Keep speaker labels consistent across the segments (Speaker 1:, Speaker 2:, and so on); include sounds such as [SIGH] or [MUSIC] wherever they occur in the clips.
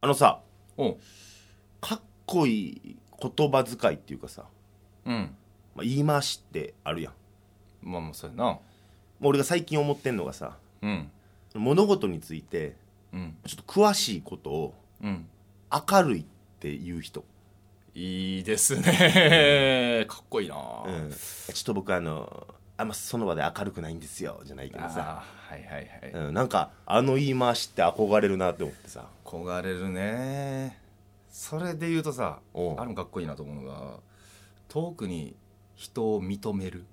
Speaker 1: あのさ
Speaker 2: おう
Speaker 1: かっこいい言葉遣いっていうかさ、
Speaker 2: うん
Speaker 1: まあ、言い回しってあるやん
Speaker 2: まあまあそうやな
Speaker 1: もう俺が最近思ってんのがさ
Speaker 2: うん
Speaker 1: 物事について
Speaker 2: うん
Speaker 1: ちょっと詳しいことを
Speaker 2: うん
Speaker 1: 明るいっていう人、
Speaker 2: いいですねかっこいいなあ
Speaker 1: うん、ちょっと僕あのあんまその場で明るくないんですよじゃないけどさ、
Speaker 2: あーはいはいはい、
Speaker 1: うん、なんかあの言い回しって憧れるなって思ってさ
Speaker 2: 憧れるねそれで言うとさ
Speaker 1: おう
Speaker 2: あれもかっこいいなと思うのが遠くに人を認める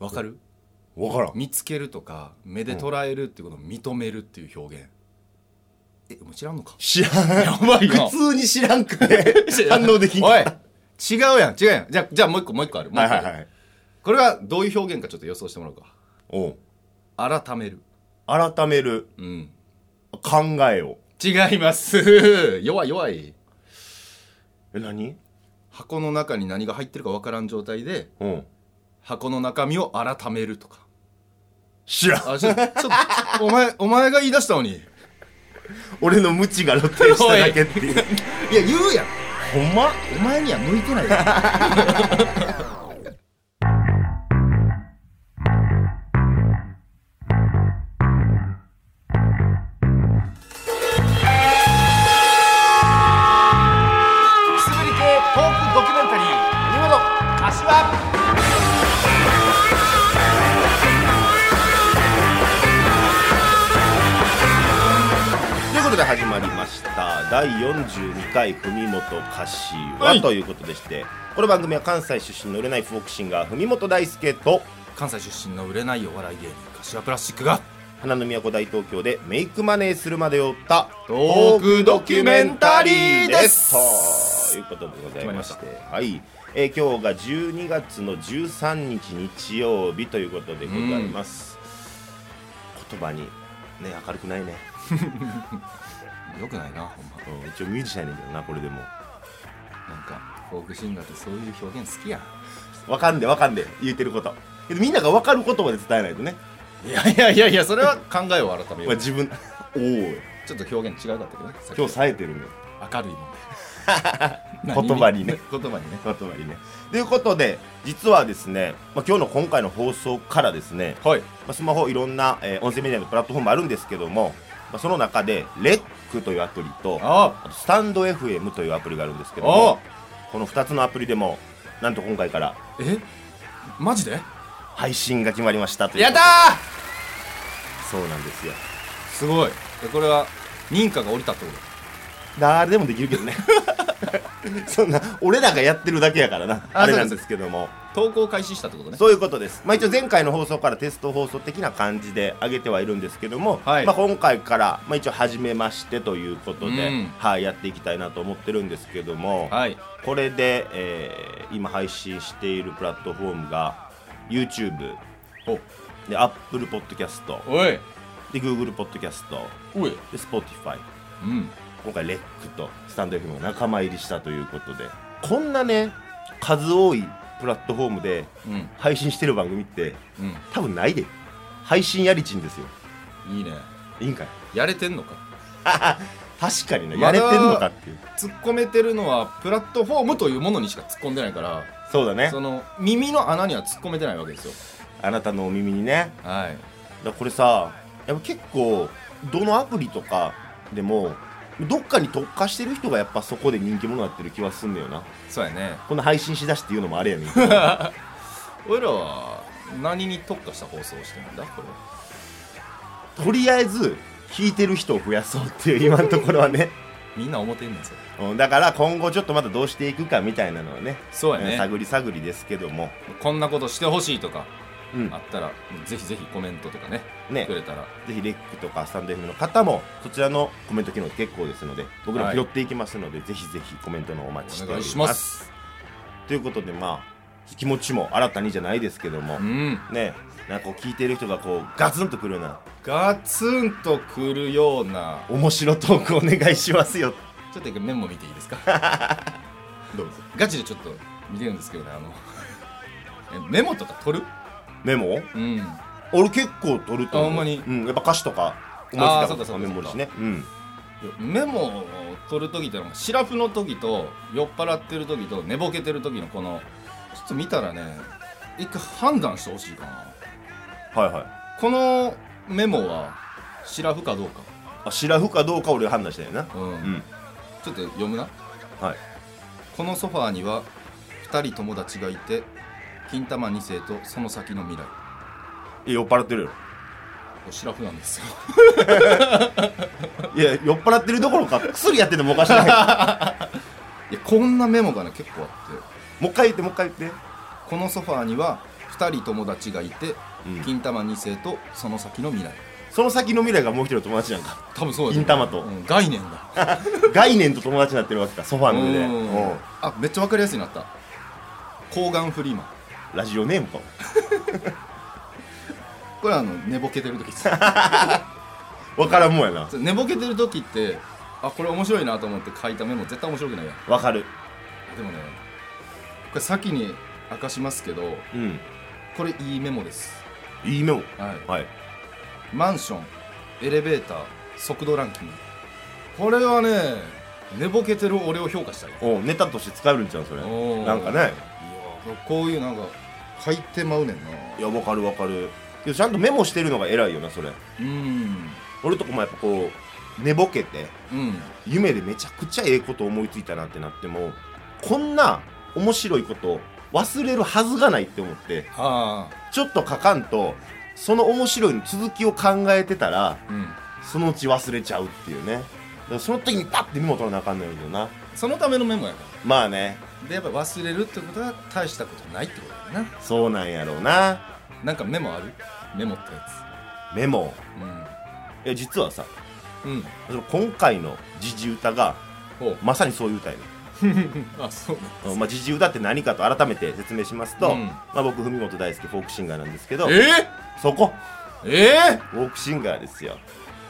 Speaker 2: わかる
Speaker 1: 分からん
Speaker 2: 見つけるとか目で捉えるっていうことを認めるっていう表現えもう知らんのか
Speaker 1: 知らん
Speaker 2: やばいな
Speaker 1: 普通に知らんくて
Speaker 2: [LAUGHS]
Speaker 1: 反応できん
Speaker 2: おい
Speaker 1: か
Speaker 2: 違うやん違うやんじゃあじゃあもう一個もう一個あるもう
Speaker 1: は
Speaker 2: 一
Speaker 1: い
Speaker 2: 個あ
Speaker 1: は
Speaker 2: る
Speaker 1: いはい
Speaker 2: これはどういう表現かちょっと予想してもらおうか
Speaker 1: おう
Speaker 2: 改める。
Speaker 1: 改める
Speaker 2: うん。
Speaker 1: 考えを
Speaker 2: 違います。 [LAUGHS] 弱い弱い。
Speaker 1: え何
Speaker 2: 箱の中に何が入ってるか分からん状態で、
Speaker 1: うん
Speaker 2: 箱の中身を改めるとか。
Speaker 1: 知らん
Speaker 2: あ、ちょ、ちょっと、お前、お前が言い出したのに。い
Speaker 1: 俺の無知が露呈しただけっていう
Speaker 2: や、言うやん。
Speaker 1: ほんま
Speaker 2: お前には向いてないや
Speaker 3: くすぶり系トークドキュメンタリー「見事柏」
Speaker 1: ということで始まりました第42回文元柏、
Speaker 2: はい
Speaker 1: ということでしてこの番組は関西出身の売れないフォークシンガー文元大輔と
Speaker 2: 関西出身の売れないお笑い芸人、柏プラスチックが、
Speaker 1: 花の都大東京でメイクマネーするまでを追った
Speaker 2: トークドキュメンタリーです
Speaker 1: ということでございましてはい、えー今日が12月の13日日曜日ということでございます、言葉にね明るくないね、
Speaker 2: よくないな、ほんま。
Speaker 1: うん、一応ミュージシャンやねんけどなこれでも
Speaker 2: なんか、フォークシンガーってそういう表現好きやん。
Speaker 1: わかんでわかんで言うてることけどみんながわかる言葉で伝えないとね、
Speaker 2: いやいやいやいや、それは考えを改めよ
Speaker 1: まあ、
Speaker 2: う。
Speaker 1: 自分 [LAUGHS] おお
Speaker 2: ちょっと表現違うかったけどね。さっき
Speaker 1: 今日冴えてるね
Speaker 2: 明るい [LAUGHS] もんで
Speaker 1: 言葉にね
Speaker 2: [LAUGHS] 言葉にね
Speaker 1: まとまりねということで実はですね、まあ、今日の今回の放送からですね、
Speaker 2: はい
Speaker 1: まあ、スマホいろんな、えー音声メディアのプラットフォームあるんですけども、まあ、その中でレックというアプリと
Speaker 2: あ
Speaker 1: あとスタンド FM というアプリがあるんですけど
Speaker 2: あ
Speaker 1: もこの2つのアプリでもなんと今回から
Speaker 2: えマジで
Speaker 1: 配信が決まりましたという
Speaker 2: やった
Speaker 1: そうなんですよ
Speaker 2: ーすごいえこれは認可が降りたってこ
Speaker 1: 誰でもできる
Speaker 2: [LAUGHS]
Speaker 1: けどねそんな俺らがやってるだけやからな
Speaker 2: あ
Speaker 1: あれなん
Speaker 2: そう
Speaker 1: で
Speaker 2: です
Speaker 1: けども
Speaker 2: と投稿開始したってことね
Speaker 1: そういうことです、まあ、一応前回の放送からテスト放送的な感じで上げてはいるんですけども、
Speaker 2: はい
Speaker 1: まあ、今回から、まあ、一応始めましてということで、
Speaker 2: うん
Speaker 1: はい、やっていきたいなと思ってるんですけども、
Speaker 2: はい
Speaker 1: これで、えー今配信しているプラットフォームが YouTube
Speaker 2: お
Speaker 1: で Apple Podcast
Speaker 2: おい
Speaker 1: で Google Podcast
Speaker 2: おい
Speaker 1: で Spotify
Speaker 2: うん
Speaker 1: 今回レックとスタンド FM が仲間入りしたということでこんなね数多いプラットフォームで
Speaker 2: うん
Speaker 1: 配信してる番組って多分ないで配信やりちんですよ
Speaker 2: うんいいね
Speaker 1: いいんかい
Speaker 2: やれてんのか
Speaker 1: 確かにね
Speaker 2: ま
Speaker 1: や
Speaker 2: だ
Speaker 1: れてんのかっていう
Speaker 2: 突っ込めてるのはプラットフォームというものにしか突っ込んでないから
Speaker 1: そうだね
Speaker 2: その耳の穴には突っ込めてないわけですよ
Speaker 1: あなたのお耳にね
Speaker 2: は
Speaker 1: だ
Speaker 2: い
Speaker 1: からこれさやっぱ結構どのアプリとかでもどっかに特化してる人がやっぱそこで人気者になってる気はすんだよな
Speaker 2: そうやね
Speaker 1: こんな配信しだしっていうのもあれやねん
Speaker 2: 俺らは何に特化した放送をしてるんだこれは
Speaker 1: とりあえず聞いてる人を増やそうっていう今のところはね
Speaker 2: みんな思ってんねんそれ
Speaker 1: うんだから今後ちょっとまたどうしていくかみたいなのはね
Speaker 2: そうやね
Speaker 1: 探り探りですけども、
Speaker 2: こんなことしてほしいとか
Speaker 1: うん
Speaker 2: あったらぜひぜひコメントとかね
Speaker 1: ね
Speaker 2: く、れたら
Speaker 1: ぜひレックとかスタンド FM の方もそちらのコメント機能結構ですので僕らも拾っていきますので、ぜひぜひコメントのお待ちして
Speaker 2: お
Speaker 1: おりま
Speaker 2: 願い
Speaker 1: す
Speaker 2: します
Speaker 1: ということでまあ気持ちも新たにじゃないですけども、
Speaker 2: うん
Speaker 1: ねなんかこう聞いてる人がこうガツンとくるような
Speaker 2: ガツンとくるような
Speaker 1: 面白トークお願いしますよ
Speaker 2: ちょっと一回メモ見ていいですか
Speaker 1: [LAUGHS]
Speaker 2: どうぞガチでちょっと見てるんですけどねあのえメモとか取る
Speaker 1: メモ
Speaker 2: うん
Speaker 1: 俺結構取ると思う
Speaker 2: あほんまに
Speaker 1: うん、やっぱ歌詞とか思いつい
Speaker 2: あ
Speaker 1: た
Speaker 2: ー
Speaker 1: こと
Speaker 2: そ
Speaker 1: と
Speaker 2: うかそうか
Speaker 1: かメモるしねうん
Speaker 2: メモを取る時ってのはシラフの時と酔っ払ってる時と寝ぼけてる時のこのちょっと見たらね一回判断してほしいかな
Speaker 1: はいはい
Speaker 2: このメモはシラフかどうか、
Speaker 1: あシラフかどうか俺が判断したよな
Speaker 2: うん
Speaker 1: うん
Speaker 2: ちょっと読むな
Speaker 1: はい
Speaker 2: このソファーには2人友達がいて金玉2世とその先の未来
Speaker 1: いや酔っ払ってるよ
Speaker 2: これシラフなんですよ [LAUGHS]
Speaker 1: いや酔っ払ってるどころか薬やっててもおかしくない [LAUGHS]
Speaker 2: いやこんなメモがね結構あって
Speaker 1: もう一回言ってもう一回言って
Speaker 2: このソファーには2人友達がいて、
Speaker 1: うん
Speaker 2: 金玉2世とその先の未来
Speaker 1: その先の未来がもう一人の友達なんか [LAUGHS]
Speaker 2: 多分そうだ
Speaker 1: 金玉と
Speaker 2: うん概念が
Speaker 1: 概念と友達になってるわけかソファーの上で
Speaker 2: うん
Speaker 1: うん
Speaker 2: あめっちゃ分かりやすいなった抗がんフリーマン
Speaker 1: ラジオネームか
Speaker 2: これあの寝ぼけてる時です
Speaker 1: 分からんもんやな
Speaker 2: [LAUGHS] 寝ぼけてる時ってあこれ面白いなと思って書いたメモ絶対面白くないやん
Speaker 1: 分かる
Speaker 2: でもねこれ先に明かしますけど
Speaker 1: うん
Speaker 2: これいいメモです
Speaker 1: いいメモ
Speaker 2: はい
Speaker 1: はい
Speaker 2: マンションエレベーター速度ランキングこれはね寝ぼけてる俺を評価したい
Speaker 1: おうネタとして使えるんちゃうそれ
Speaker 2: おー
Speaker 1: なんかね
Speaker 2: いやこういうなんか書いてまうねんない
Speaker 1: や分かる分かるけどちゃんとメモしてるのが偉いよなそれ
Speaker 2: うん
Speaker 1: 俺とかもやっぱこう寝ぼけて
Speaker 2: うん
Speaker 1: 夢でめちゃくちゃええこと思いついたなってなってもこんな面白いこと忘れるはずがないって思って
Speaker 2: あ
Speaker 1: ちょっと書かんとその面白いの続きを考えてたら
Speaker 2: あうん
Speaker 1: そのうち忘れちゃうっていうねだからその時にパッてメモ取らなあかんのよな
Speaker 2: そのためのメモやから
Speaker 1: まあね
Speaker 2: でやっぱ忘れるってことは大したことないってことだよな
Speaker 1: そうなんやろうな
Speaker 2: なんかメモあるメモってや
Speaker 1: メモ
Speaker 2: つ
Speaker 1: いや実はさ
Speaker 2: うんうん
Speaker 1: その今回の時事歌が
Speaker 2: ほう
Speaker 1: まさにそういう歌やね
Speaker 2: あそう
Speaker 1: うんまあ、時事歌って何かと改めて説明しますと、
Speaker 2: うん
Speaker 1: まあ、僕文元大輔フォークシンガーなんですけど
Speaker 2: え
Speaker 1: そこ
Speaker 2: ー、ええ
Speaker 1: フォークシンガーですよ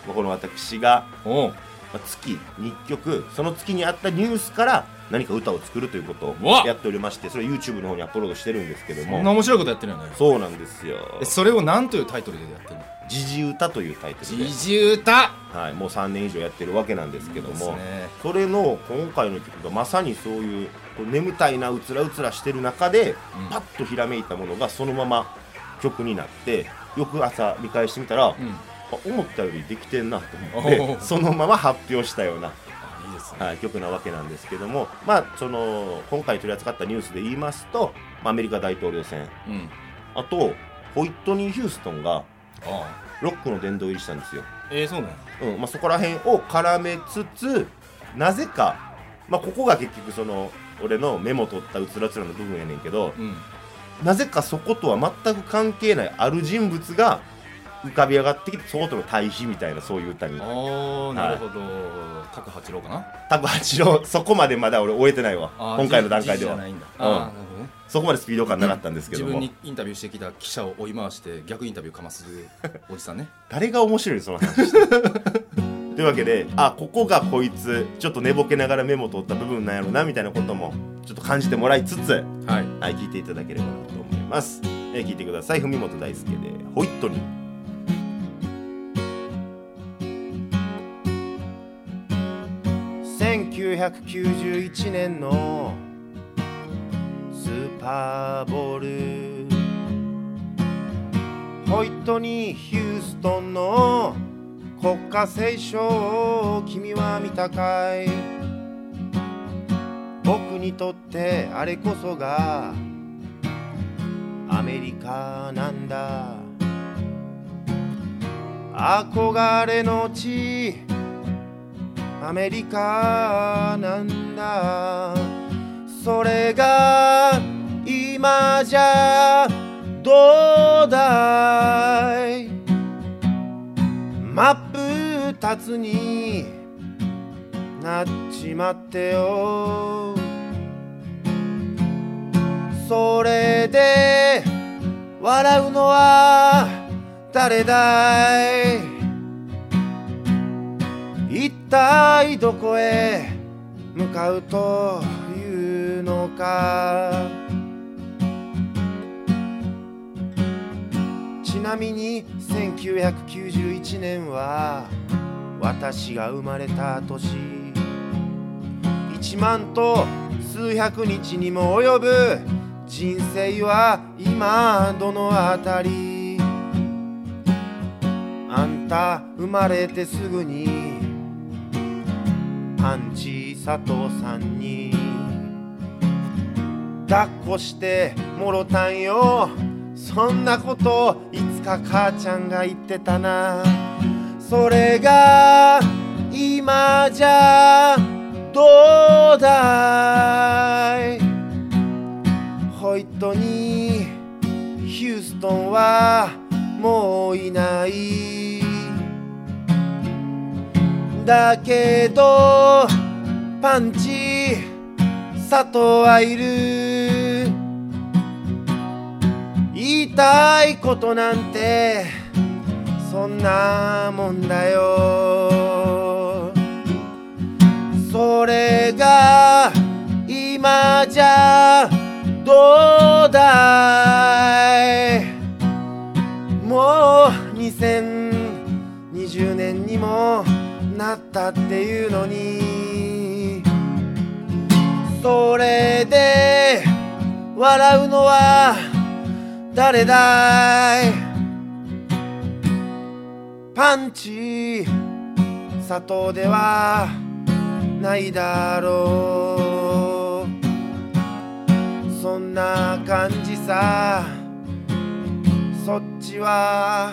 Speaker 1: まあこの私が
Speaker 2: おう
Speaker 1: まあ月に1曲その月にあったニュースから何か歌を作るということを
Speaker 2: うわ
Speaker 1: やっておりましてそれ YouTube の方にアップロードしてるんですけど
Speaker 2: そんな
Speaker 1: も
Speaker 2: 面白いことやってるよね
Speaker 1: そうなんですよ
Speaker 2: えそれを何というタイトルでやってるの
Speaker 1: 「時事歌」というタイトルで、
Speaker 2: 自歌
Speaker 1: はい、もう3年以上やってるわけなんですけど
Speaker 2: です
Speaker 1: も、
Speaker 2: ね
Speaker 1: それの今回の曲がまさにそういうこう眠たいなうつらうつらしてる中で、
Speaker 2: うん
Speaker 1: パッとひらめいたものがそのまま曲になって翌朝見返してみたら、
Speaker 2: うん
Speaker 1: あ思ったよりできてんなと思っ
Speaker 2: おー
Speaker 1: て [LAUGHS] そのまま発表したような、
Speaker 2: あいいですね
Speaker 1: はい、曲なわけなんですけどもまあその今回取り扱ったニュースで言いますとまあアメリカ大統領選
Speaker 2: うん
Speaker 1: あとホイットニー・ヒューストンが
Speaker 2: あ
Speaker 1: ロックの殿堂入りしたんですよ。
Speaker 2: あえー、そうなの
Speaker 1: うんまあ、そこら辺を絡めつつなぜか、まあ、ここが結局その俺のメモ取ったうつらつらの部分やねんけど
Speaker 2: うん
Speaker 1: なぜかそことは全く関係ないある人物が浮かび上がってきてそことの対比みたいなそういう歌に
Speaker 2: ああなるほど、角八郎かな
Speaker 1: 多分八郎そこまでまだ俺終えてないわ
Speaker 2: あー
Speaker 1: 今回の段階で
Speaker 2: じじじじゃな
Speaker 1: はい
Speaker 2: んだ
Speaker 1: うん
Speaker 2: あーなるほどね
Speaker 1: そこまでスピード感なかったんですけ
Speaker 2: 自
Speaker 1: ど
Speaker 2: 分
Speaker 1: も
Speaker 2: にインタビューしてきた記者を追い回して逆インタビューかますおじさ [LAUGHS] んね
Speaker 1: 誰が面白いその話 [LAUGHS] してというわけであここがこいつちょっと寝ぼけながらメモ取った部分なんやろなみたいなこともちょっと感じてもらいつつ
Speaker 2: はい
Speaker 1: はい、聞いていただければなと思います。えー、聞いてください。文元大輔で、ホイットニー。1991年のスーパーボールホイットニー・ヒューストンの国歌斉唱を君は見たかい僕にとってあれこそがアメリカなんだ憧れの地アメリカなんだそれが今じゃどうだい真っ二つになっちまってよそれで笑うのは誰だい一体どこへ向かうというのかちなみに1991年は私が生まれた年
Speaker 4: 1万と数百日にも及ぶ人生は今どのあたりあんた生まれてすぐにパンチ佐藤さんに抱っこしてもろたんよそんなこといつか母ちゃんが言ってたなそれが今じゃどうだいホイットにヒューストンはもういないだけどパンチ佐藤はいる言いたいことなんてそんなもんだよそれが今じゃどうだいもう2020年にもなったっていうのにそれで笑うのは誰だいパンチ砂糖ではないだろうそんな感じさそっちは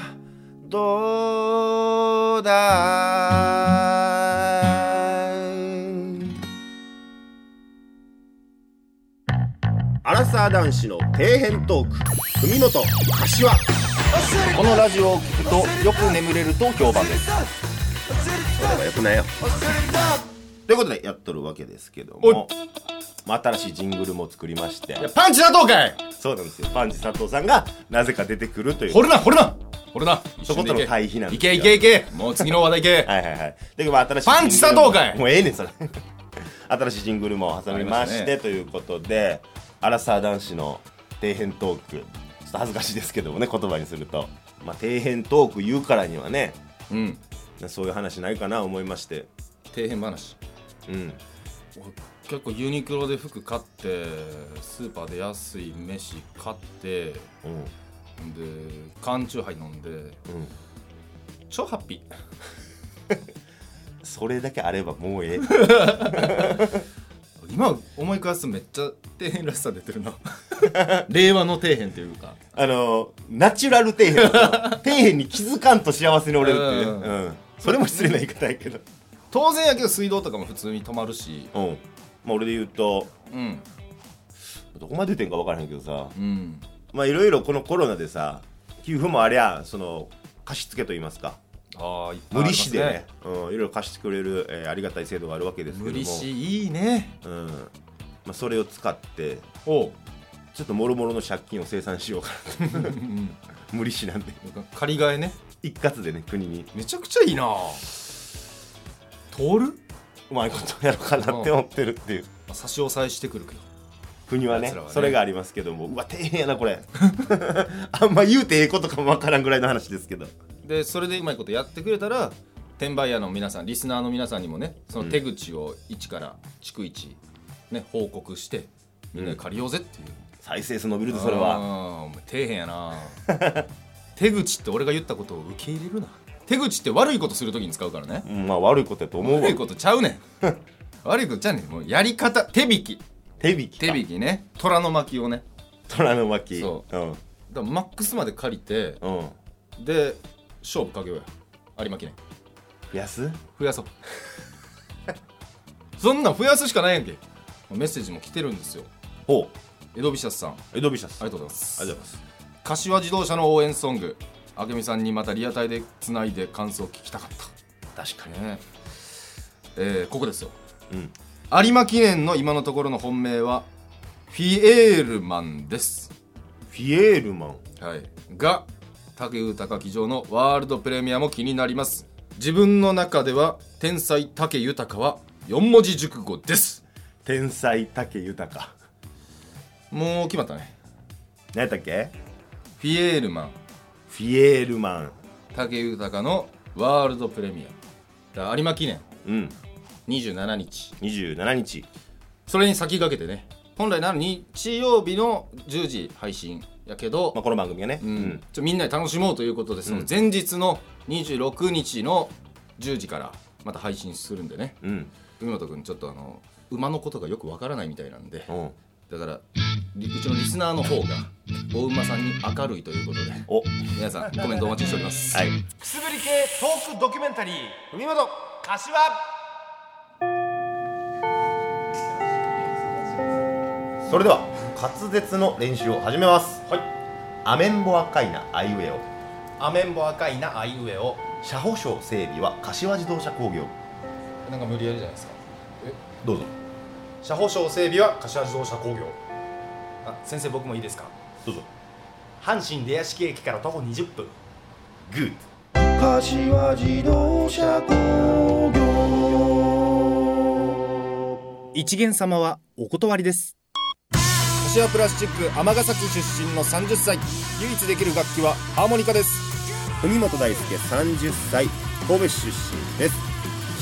Speaker 4: どうだアラサー男子の底辺トーク文元柏
Speaker 2: このラジオを聞くとよく眠れると評判です
Speaker 4: それはよくないよということでやっとるわけですけど
Speaker 2: おい
Speaker 4: も、まあ、新しいジングルも作りまして
Speaker 2: いやパンチだとうかい
Speaker 4: そうなんですよパンチ佐藤さんがなぜか出てくるという
Speaker 2: 掘るな掘るな掘るな
Speaker 4: そことの対比なんで
Speaker 2: い
Speaker 4: すよ
Speaker 2: けいけいけ [LAUGHS] もう次の話題いけ
Speaker 4: はいはいはいでまあ新しい
Speaker 2: パンチ佐藤かい
Speaker 4: もうええねん
Speaker 2: [LAUGHS]
Speaker 4: それ新しいジングルも挟み
Speaker 2: ありま
Speaker 4: まし
Speaker 2: してたね
Speaker 4: ということでアラサー男子の底辺トークちょっと恥ずかしいですけどもね言葉にすると、まあ、底辺トーク言うからにはね
Speaker 2: うん
Speaker 4: そういう話ないかな思いまして
Speaker 2: 底辺話
Speaker 4: うん
Speaker 2: 俺結構ユニクロで服買ってスーパーで安い飯買ってで
Speaker 4: うん
Speaker 2: 缶チューハイ飲んで
Speaker 4: うん
Speaker 2: 超ハッピー
Speaker 4: それだけあればもう
Speaker 2: [LAUGHS]
Speaker 4: ええ
Speaker 2: 今思い返すとめっちゃ底辺らしさ出てる [LAUGHS] な令和の底辺というか
Speaker 4: あのナチュラル底辺底辺に気づかんと幸せに折れるっていう、
Speaker 2: うん
Speaker 4: ねうん、それも失礼な言い方やけど
Speaker 2: 当然やけど水道とかも普通に止まるし
Speaker 4: うんまあ俺で言うと
Speaker 2: うん
Speaker 4: どこまで出てんか分からへんけどさ
Speaker 2: うん
Speaker 4: まあいろいろこのコロナでさ給付もありゃその貸し付けと言いますか
Speaker 2: ああいっぱいあり
Speaker 4: 無
Speaker 2: ま
Speaker 4: 利
Speaker 2: す
Speaker 4: 子でねうん、いろいろ貸してくれる、えーありがたい制度があるわけですけど
Speaker 2: 無
Speaker 4: も
Speaker 2: 利子いいね
Speaker 4: うんまあ、それを使って
Speaker 2: おう、
Speaker 4: ちょっともろもろの借金を清算しようかな [LAUGHS]
Speaker 2: うん
Speaker 4: 無利子なんで
Speaker 2: うん、借り替えね
Speaker 4: 一括でね国に
Speaker 2: めちゃくちゃいいな通る
Speaker 4: うまいことやろうかなって思ってるっていう
Speaker 2: まあ差し押さえしてくるけど
Speaker 4: 国はね
Speaker 2: 奴らはね
Speaker 4: それがありますけどもうわ大変やなこれ [LAUGHS] あんま言うてええことかもわからんぐらいの話ですけど
Speaker 2: でそれでうまいことやってくれたら転売屋の皆さんリスナーの皆さんにもねその手口を一から逐一、ね、報告してみんなで借りようぜっていう、
Speaker 4: 再生数伸びるとそれは
Speaker 2: は底辺やな [LAUGHS] 手口って俺が言ったことを受け入れるな手口って悪いことするときに使うからね
Speaker 4: うんまあ悪いことやと思うわ
Speaker 2: 悪いことちゃうねん悪いことちゃうねんもうやり方手引き
Speaker 4: 手引き
Speaker 2: 手引きね虎の巻をね
Speaker 4: 虎の巻、
Speaker 2: そう
Speaker 4: ん
Speaker 2: だからマックスまで借りて
Speaker 4: うん、
Speaker 2: で勝負かけようや有馬記念
Speaker 4: 安
Speaker 2: 増やそう [LAUGHS] そんなん増やすしかないやんけメッセージも来てるんですよ
Speaker 4: ほ
Speaker 2: エドビシャスさんあ
Speaker 4: う江戸ビシャス
Speaker 2: りが
Speaker 4: あり
Speaker 2: とうございます
Speaker 4: がとうございます
Speaker 2: 柏自動車の応援ソングあけみさんにまたリアタイでつないで感想を聞きたかった確かにねえーここですよ
Speaker 4: うん
Speaker 2: 有馬記念の今のところの本命はフィエールマンです
Speaker 4: フィエールマン
Speaker 2: はい、が武豊騎乗のワールドプレミアも気になります自分の中では天才武豊は4文字熟語です
Speaker 4: 天才武豊
Speaker 2: もう決まったね
Speaker 4: 何やったっけ
Speaker 2: フィエールマン
Speaker 4: フィエールマン
Speaker 2: 武豊のワールドプレミアだ有馬記念
Speaker 4: うん
Speaker 2: 27日
Speaker 1: 27日
Speaker 2: それに先駆けてね本来なら日曜日の10時配信やけど、
Speaker 1: まあこの番組がねう
Speaker 2: うん
Speaker 1: ん
Speaker 2: ちょみんなで楽しもうということでその前日の26日の10時からまた配信するんでね
Speaker 1: うん
Speaker 2: 海本君ちょっとあの馬のことがよくわからないみたいなんで
Speaker 1: うん
Speaker 2: だからりうちのリスナーの方が大馬さんに明るいということで
Speaker 1: お
Speaker 2: 皆さんコメントお待ちしております、
Speaker 1: はい
Speaker 3: くすぶり系トークドキュメンタリー
Speaker 4: 海本
Speaker 3: 柏
Speaker 1: それでは滑舌の練習を始めますはいアメンボ赤いなアイウェオ
Speaker 3: アメンボ赤いなあいうえを
Speaker 1: 車保証整備は柏自動車工業
Speaker 3: なんか無理やりじゃないですか
Speaker 1: どうぞ
Speaker 3: 車保証整備は柏自動車工業あ先生僕もいいですか
Speaker 1: どうぞ
Speaker 3: 阪神出屋敷駅から徒歩20分
Speaker 1: グッ
Speaker 4: 柏自動車工業
Speaker 5: 一元様はお断りです
Speaker 6: 柏プラスチック尼崎出身の30歳唯一できる楽器はハーモニカです
Speaker 5: 文本大輔30歳神戸市出身です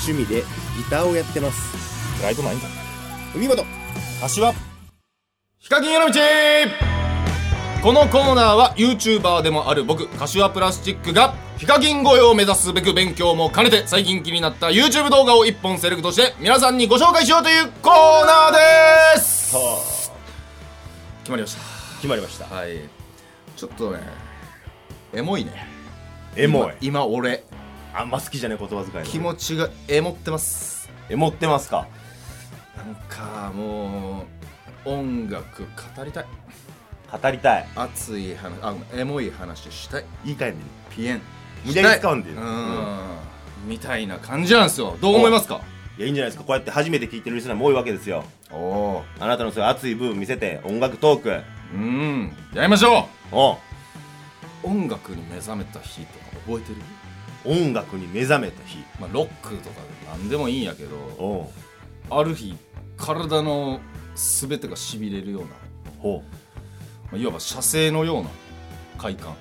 Speaker 5: 趣味でギターをやってます
Speaker 2: プライドないんだ
Speaker 5: 文本
Speaker 6: 柏
Speaker 2: ヒカキンへの道このコーナーは YouTuber でもある僕柏プラスチックがヒカキン越えを目指すべく勉強も兼ねて最近気になった YouTube 動画を1本セレクトして皆さんにご紹介しようというコーナーです決まりまし
Speaker 1: 決まりました
Speaker 2: たはいちょっとねエモいね
Speaker 1: エモい
Speaker 2: 今今俺
Speaker 1: あんま好きじゃない言葉遣いの
Speaker 2: 気持ちがエモってます
Speaker 1: エモってますか
Speaker 2: なんかもう音楽語りたい
Speaker 1: 語りたい
Speaker 2: 熱い話あごめんエモい話したい
Speaker 1: いいかいね
Speaker 2: ピエン
Speaker 1: 無理やり使うんで
Speaker 2: う
Speaker 1: い
Speaker 2: んみたいな感じなんですよどう思いますか
Speaker 1: やいいんじゃないですかこうやって初めて聞いてるリスナーも多いわけですよ
Speaker 2: おお
Speaker 1: あなたのそういう熱い部分見せて音楽トーク
Speaker 2: うんやりましょ
Speaker 1: お
Speaker 2: う音楽に目覚めた日とか覚えてる、
Speaker 1: 音楽に目覚めた日
Speaker 2: まあ、ロックとかで何でもいいんやけど
Speaker 1: お
Speaker 2: ある日体の全てがしびれるような、
Speaker 1: ほ
Speaker 2: まあ、いわば射精のような快感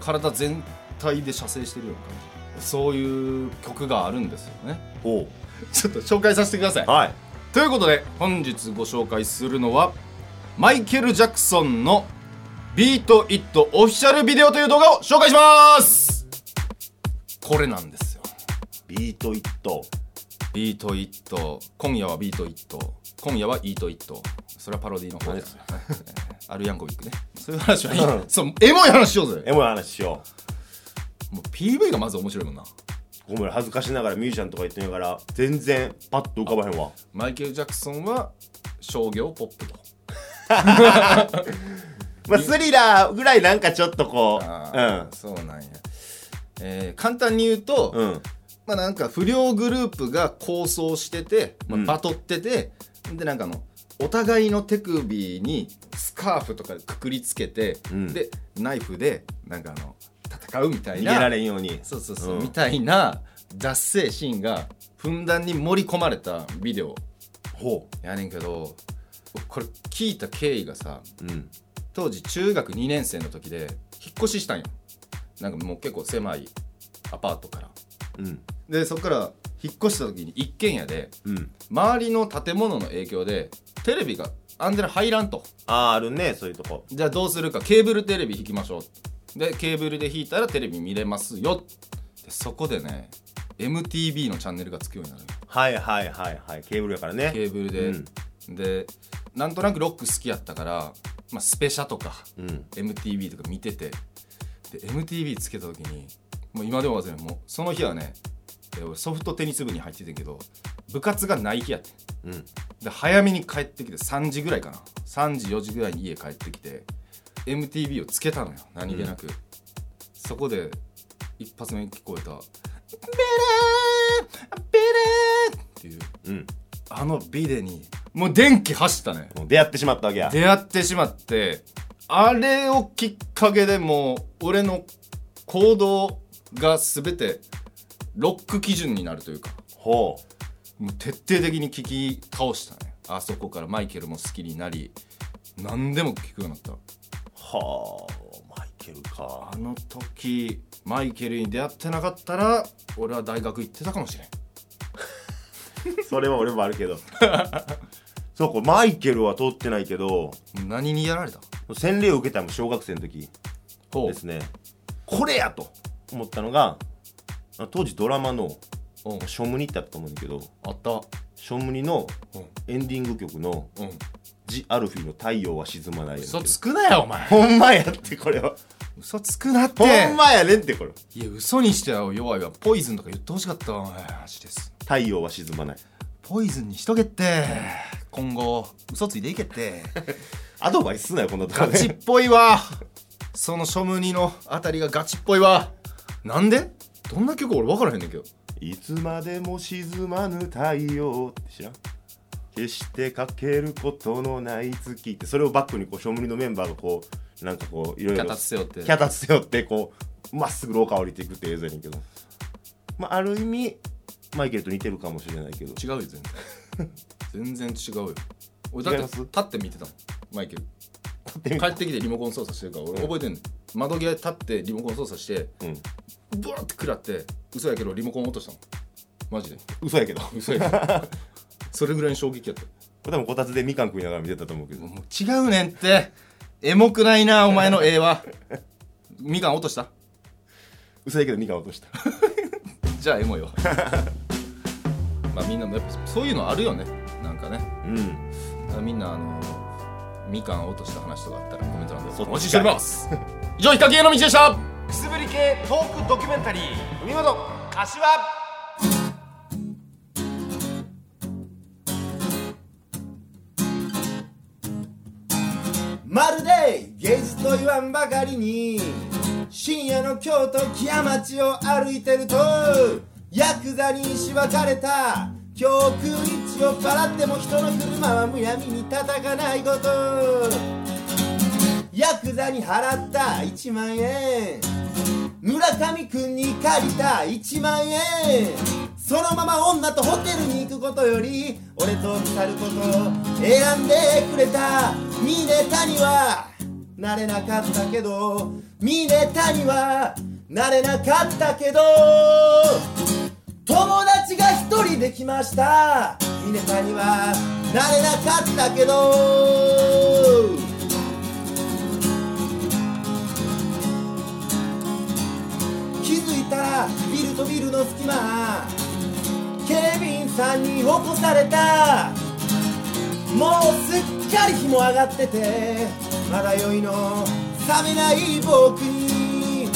Speaker 2: 体全体で射精してるような感じそういう曲があるんですよね [LAUGHS]
Speaker 1: うほ
Speaker 2: ちょっと紹介させてくださいう
Speaker 1: はい
Speaker 2: ということで本日ご紹介するのはマイケル・ジャクソンの「ビート・イット・オフィシャルビデオ」という動画を紹介しますこれなんですよ
Speaker 1: ビートイット
Speaker 2: ビート・イット今夜はビート・イット今夜はイート・イットそれはパロディの方ですよ [LAUGHS] アルヤンコビックねそういう話はいい、
Speaker 1: うん
Speaker 2: そうエモい話しようぜ
Speaker 1: エモい話しよ
Speaker 2: もう PV がまず面白いもんな
Speaker 1: うごめん恥ずかしながらミュージシャンとか言ってんやから全然パッと浮かばへんわ
Speaker 2: マイケル・ジャクソンは商業ポップと
Speaker 1: まあスリラーぐらいなんかちょっとこう
Speaker 2: あーそうなんや、えー簡単に言うと、
Speaker 1: うんうん
Speaker 2: まあなんか不良グループが構想してて、まあ
Speaker 1: うん
Speaker 2: バトってて、でなんかあのお互いの手首にスカーフとかくくりつけて、
Speaker 1: うん
Speaker 2: でナイフでなんかあの戦うみた
Speaker 1: 逃
Speaker 2: い
Speaker 1: げ
Speaker 2: な
Speaker 1: られんように
Speaker 2: そうそうそう、
Speaker 1: うん
Speaker 2: みたいな脱製シーンがふんだんに盛り込まれたビデオ
Speaker 1: ほ
Speaker 2: やねんけどこれ聞いた経緯がさ
Speaker 1: ううん
Speaker 2: 当時中学2年生の時で引っ越ししたんよなんかもう結構狭いアパートから
Speaker 1: うん
Speaker 2: でそっから引っ越した時に一軒家で
Speaker 1: うん
Speaker 2: 周りの建物の影響でテレビがアンテナ入らんと
Speaker 1: あーあるねそういうとこ
Speaker 2: じゃあどうするかケーブルテレビ引きましょうでケーブルで引いたらテレビ見れますよでそこでね MTV のチャンネルがつくようになる
Speaker 1: はいはいはいはいケーブルやから
Speaker 2: ケ
Speaker 1: ね
Speaker 2: ーブルで、でなんとなくロック好きやったから、まあ、スペシャとか
Speaker 1: うん
Speaker 2: MTV とか見ててで MTV つけた時にもう今でも忘れんもうその日はねえ俺ソフトテニス部に入っててんけど部活がない日やってん
Speaker 1: うん
Speaker 2: で早めに帰ってきて3時ぐらいかな3時4時ぐらいに家帰ってきて MTV をつけたのよ何気なく、そこで一発目に聞こえた「ベレーベレー!」っていう
Speaker 1: うん
Speaker 2: あのビデにもう電気走ったね
Speaker 1: もう出会ってしまったわけや
Speaker 2: 出会ってしまってあれをきっかけでもう俺の行動が全てロック基準になるというか
Speaker 1: ほ
Speaker 2: もう徹底的に聞き倒したねあそこからマイケルも好きになり何でも聞くようになった
Speaker 1: うはあマイケルか
Speaker 2: あの時マイケルに出会ってなかったら俺は大学行ってたかもしれん
Speaker 1: それは俺もある
Speaker 2: [LAUGHS]
Speaker 1: けどそうこれマイケルは通ってないけど
Speaker 2: 何にやられた
Speaker 1: 洗礼を受けたのも小学生の時
Speaker 2: ほ
Speaker 1: ですねこれやと思ったのがあの当時ドラマの
Speaker 2: うん
Speaker 1: 「ショムニ」ってあったと思うんだけど
Speaker 2: あった
Speaker 1: 「ショムニ」の
Speaker 2: うん
Speaker 1: エンディング曲の
Speaker 2: うん
Speaker 1: 「ジ・アルフィーの太陽は沈まない」やねん
Speaker 2: 嘘
Speaker 1: けど
Speaker 2: つくなよお前
Speaker 1: ほんまやってこれは
Speaker 2: 嘘つくなって
Speaker 1: ほんまやねんってこれ
Speaker 2: いや嘘にしては弱いわポイズンとか言ってほしかったわお前マジです
Speaker 1: 太陽は沈まない
Speaker 2: ポイズンにしとけって今後嘘ついてい
Speaker 1: [LAUGHS]
Speaker 2: けって
Speaker 1: アドバイスすなよこんなとこ
Speaker 2: ガチっ
Speaker 1: で
Speaker 2: ぽいわそのショムニのあたりがガチっぽいわなんでどんな曲俺分からへんねんけど
Speaker 1: いつまでも沈まぬ太陽って知らん決してかけることのない月ってそれをバックにこうショムニのメンバーがこうなんかこういろい
Speaker 2: キ
Speaker 1: ろ
Speaker 2: ャタツ背負って
Speaker 1: キャタツ背負ってこうまっすぐ廊下降りていくって映像やねんけどまあある意味マイケルと似てるかもしれないけど
Speaker 2: 違うよ全然全然違うよ俺だっ
Speaker 1: 違
Speaker 2: て
Speaker 1: います
Speaker 2: 立って見てたもんマイケル
Speaker 1: ってみ
Speaker 2: 帰ってきてリモコン操作してるから俺覚えてんの、窓際立ってリモコン操作して
Speaker 1: うん
Speaker 2: ブワーって食らって嘘やけどリモコン落としたのマジで
Speaker 1: 嘘やけど
Speaker 2: 嘘やけどそれぐらいの衝撃やった
Speaker 1: 多分こたつでみかん食いながら見てたと思うけど
Speaker 2: もう違うねんってエモくないなお前の絵はみかん落とした
Speaker 1: 嘘やけどみかん落とした
Speaker 2: じゃあエモいわ [LAUGHS] まあみんなもやっぱそういうのあるよねなんかね
Speaker 1: うん
Speaker 2: だからみんなあのみかん落とした話とかあったらコメント欄で
Speaker 1: そっち
Speaker 2: お待ちしております以上ヒカキンへの道でした
Speaker 3: くすぶり系トークドキュメンタリー海本柏
Speaker 4: まるで芸術と言わんばかりに深夜の京都木屋町を歩いてるとヤクザにしばかれた教訓一を払っても人の車はむやみに叩かないことヤクザに払った1万円村上くんに借りた1万円そのまま女とホテルに行くことより俺と去ることを選んでくれたミネタにはなれなかったけどミネタにはなれなかったけど友達が一人できましたミネタにはなれなかったけど気づいたらビルとビルの隙間警備員さんに起こされたもうすっかり日も上がっててまだ酔いの冷めない僕に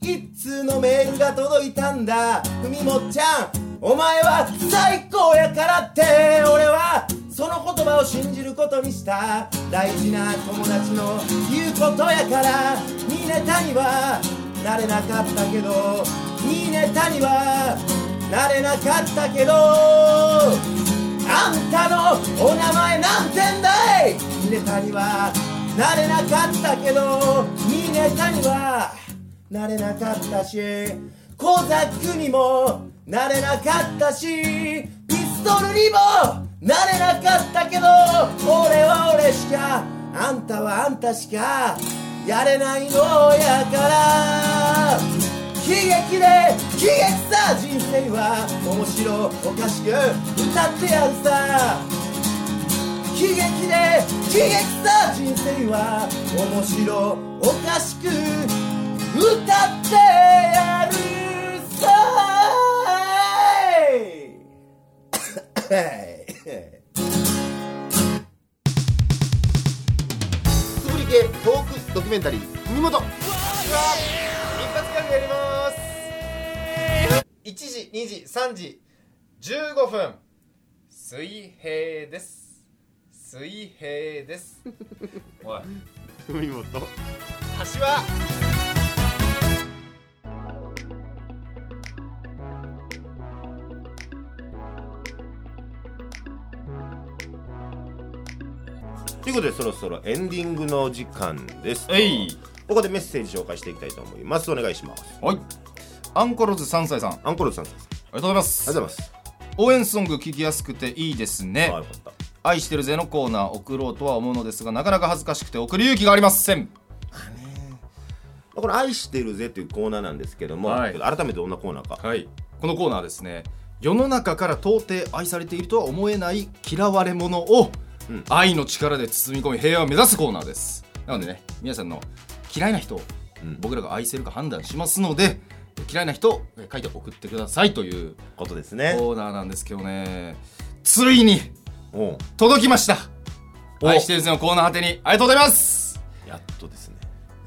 Speaker 4: 一通のメールが届いたんだふみもっちゃんお前は最高やからって俺はその言葉を信じることにした大事な友達の言うことやからミネタにはなれなかったけどミネタにはなれなかったけどあんたのお名前なんてんだいミネタにはなれなかったけどミネタにはなれなかったしコザックにもなれなかったしピストルにもなれなかったけど俺は俺しかあんたはあんたしかやれないのやから悲劇で悲劇さ人生は面白おかしく歌ってやるさ悲劇で悲劇さ人生は面白おかしく歌ってやるさ [COUGHS]
Speaker 3: くすぶり系トークドキュメンタリー海本一発ギャグやります
Speaker 2: 1時2時3時15分水平です水平ですおい
Speaker 1: 海本
Speaker 2: 橋は
Speaker 1: ということでそろそろエンディングの時間です
Speaker 2: えい
Speaker 1: ここでメッセージ紹介していきたいと思いますお願いします
Speaker 2: はいアンコロズ3歳さんあり
Speaker 1: アンコールズさんです
Speaker 2: がとうございます
Speaker 1: ありがとうござい
Speaker 2: 応援ソング聞きやすくていいですね
Speaker 1: ますあよかった
Speaker 2: 愛してるぜのコーナー送ろうとは思うのですがなかなか恥ずかしくて送る勇気がありません
Speaker 1: これ「愛してるぜ」というコーナーなんですけども、
Speaker 2: はい
Speaker 1: 改めてどんなコーナーか
Speaker 2: はいこのコーナーですね世の中から到底愛されているとは思えない嫌われ者を
Speaker 1: うん
Speaker 2: 愛の力で包み込み平和を目指すコーナーですなのでね皆さんの嫌いな人を
Speaker 1: うん
Speaker 2: 僕らが愛せるか判断しますので嫌いな人を書いて送ってくださいという
Speaker 1: ことです
Speaker 2: コ
Speaker 1: ね
Speaker 2: ーナーなんですけどねついに
Speaker 1: おう
Speaker 2: 届きました
Speaker 1: お
Speaker 2: 愛してるぜのコーナー宛てにありがとうございます
Speaker 1: やっとですね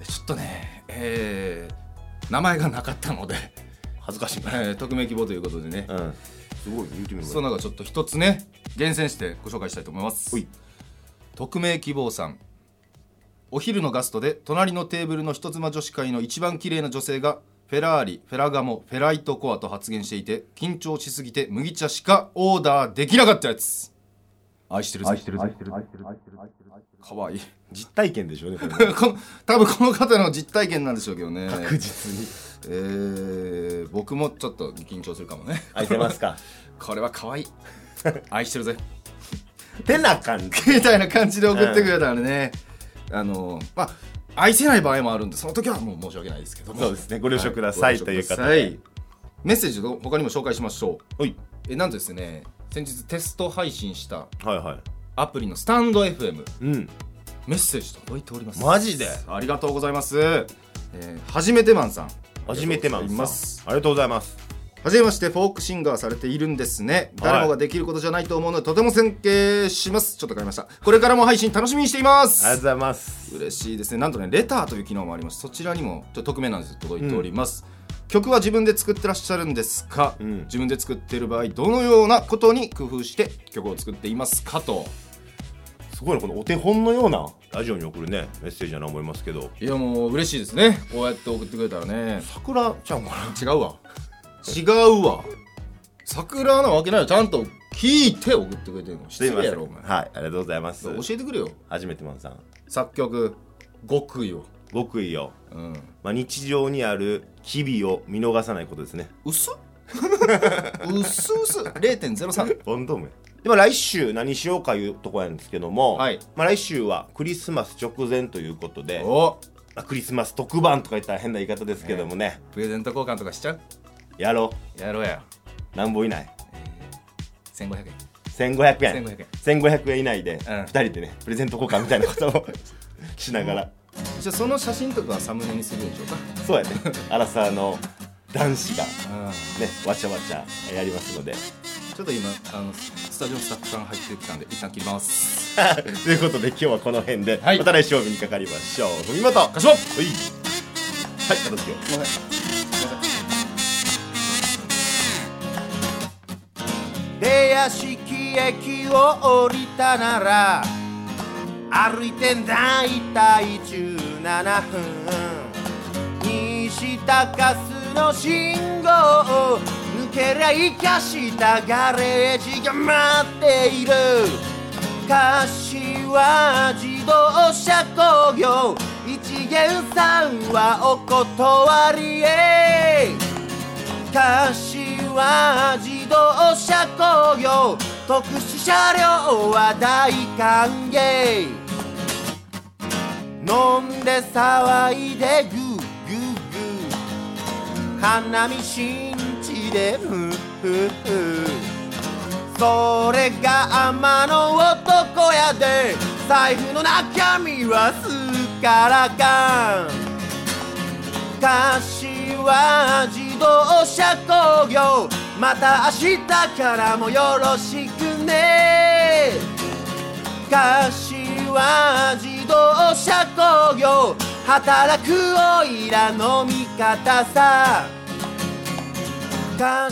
Speaker 2: ちょっとねえー、名前がなかったので、
Speaker 1: 恥ずかしい
Speaker 2: えー、匿名希望ということでね
Speaker 1: うんすごい言うてみれ
Speaker 2: そ
Speaker 1: ば
Speaker 2: の中ちょっと一つね厳選してご紹介したいと思います
Speaker 1: ほい
Speaker 2: 匿名希望さんお昼のガストで隣のテーブルの人妻女子会の一番綺麗な女性がフェラーリフェラガモフェライトコアと発言していて緊張しすぎて麦茶しかオーダーできなかったやつ愛してるぜ愛してるかわいい [LAUGHS]
Speaker 1: 実体験でしょうねこれ [LAUGHS]
Speaker 2: この多分この方の実体験なんでしょうけどね
Speaker 1: 確実に
Speaker 2: えー、僕もちょっと緊張するかもね
Speaker 1: 開いてます [LAUGHS] か
Speaker 2: これは可愛い愛してるぜ
Speaker 1: てな感じ
Speaker 2: みたいな感じで送ってくれたんでね、あのまあ愛せない場合もあるんでその時はもう申し訳ないですけども
Speaker 1: そうですねご了承ください
Speaker 2: は
Speaker 1: という方
Speaker 2: ご了承くださいメッセージを他にも紹介しましょう
Speaker 1: はい
Speaker 2: えなんとですね先日テスト配信した
Speaker 1: はいはい
Speaker 2: アプリのスタンド FM
Speaker 1: うん
Speaker 2: メッセージ届いております
Speaker 1: マジで
Speaker 2: ありがとうございます、えー、初めてマンさん
Speaker 1: 初めてま
Speaker 2: ありがとうございます
Speaker 1: ありがとうございます
Speaker 2: はじめましてフォークシンガーされているんですね誰もができることじゃないと思うのでとても尊敬しますちょっと変えましたこれからも配信楽しみにしています
Speaker 1: ありがとうございます
Speaker 2: 嬉しいですねなんとねレターという機能もありますそちらにもちょっと匿名なんですけど届いております、曲は自分で作ってらっしゃるんですか、
Speaker 1: うん
Speaker 2: 自分で作っている場合どのようなことに工夫して曲を作っていますかと
Speaker 1: すごいねこのお手本のようなラジオに送るねメッセージだな思いますけど
Speaker 2: いやもう嬉しいですねこうやって送ってくれたらね
Speaker 1: 桜ちゃんかな
Speaker 2: 違うわ違うわ桜なわけないよちゃんと聞いて送ってくれてるの失礼やろお前
Speaker 1: はいありがとうございます
Speaker 2: 教えてくれよ
Speaker 1: 初めてまんさん
Speaker 2: 作曲極意を
Speaker 1: 極意を、
Speaker 2: うん
Speaker 1: まあ、日常にある機微を見逃さないことですね
Speaker 2: [LAUGHS] 薄っ薄々
Speaker 1: [LAUGHS]
Speaker 2: 0.03
Speaker 1: ボンドームでまあ来週何しようかいうとこなんですけども、
Speaker 2: はい
Speaker 1: まあ、来週はクリスマス直前ということで、
Speaker 2: お
Speaker 1: まあ、クリスマス特番とか言ったら変な言い方ですけどもね、
Speaker 2: プレゼント交換とかしちゃう
Speaker 1: やろ
Speaker 2: やろうや
Speaker 1: うなんぼいない
Speaker 2: 1500円
Speaker 1: 1500円
Speaker 2: 1500
Speaker 1: 1500円以内で
Speaker 2: うん
Speaker 1: 2人でねプレゼント交換みたいなことをしながら
Speaker 2: じゃあその写真とかはサムネにするでしょうか
Speaker 1: そうやね荒沢の男子がね
Speaker 2: うん
Speaker 1: わちゃわちゃやりますので [LAUGHS]
Speaker 2: ちょっと今あのスタジオのスタッフさん入ってきたんで一旦切ります
Speaker 1: ということで今日はこの辺で、
Speaker 2: はい
Speaker 1: また来週お目にかかりましょう文元
Speaker 2: かしょ
Speaker 1: はい、はい、片付けよう
Speaker 4: 出屋敷駅を降りたなら歩いて大体17分西高須の信号を抜けりゃいかしたガレージが待っている柏自動車工業一元さんはお断りへ柏自動車工業特殊車両は大歓迎飲んで騒いでグーグーグー花見新地でフーフーフーそれが天の男やで財布の中身はすっからかん柏自動車工業また明日からもよろしくね柏自動車工業働くおいらの味方さ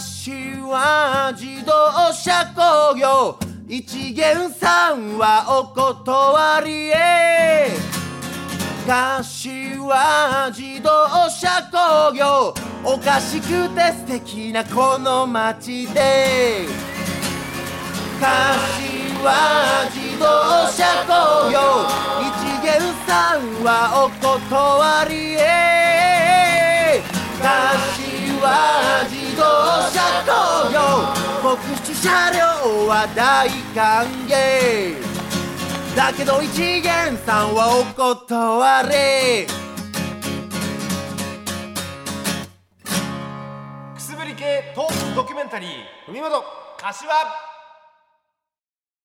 Speaker 4: 柏自動車工業一元さんはお断りへ柏自動車工業おかしくて素敵なこの街で柏自動車工業一元さんはお断りへ柏自動車工業特殊車両は大歓迎だけど一元さんはお断り
Speaker 2: くすぶり系トークドキュメンタリー海本
Speaker 7: 柏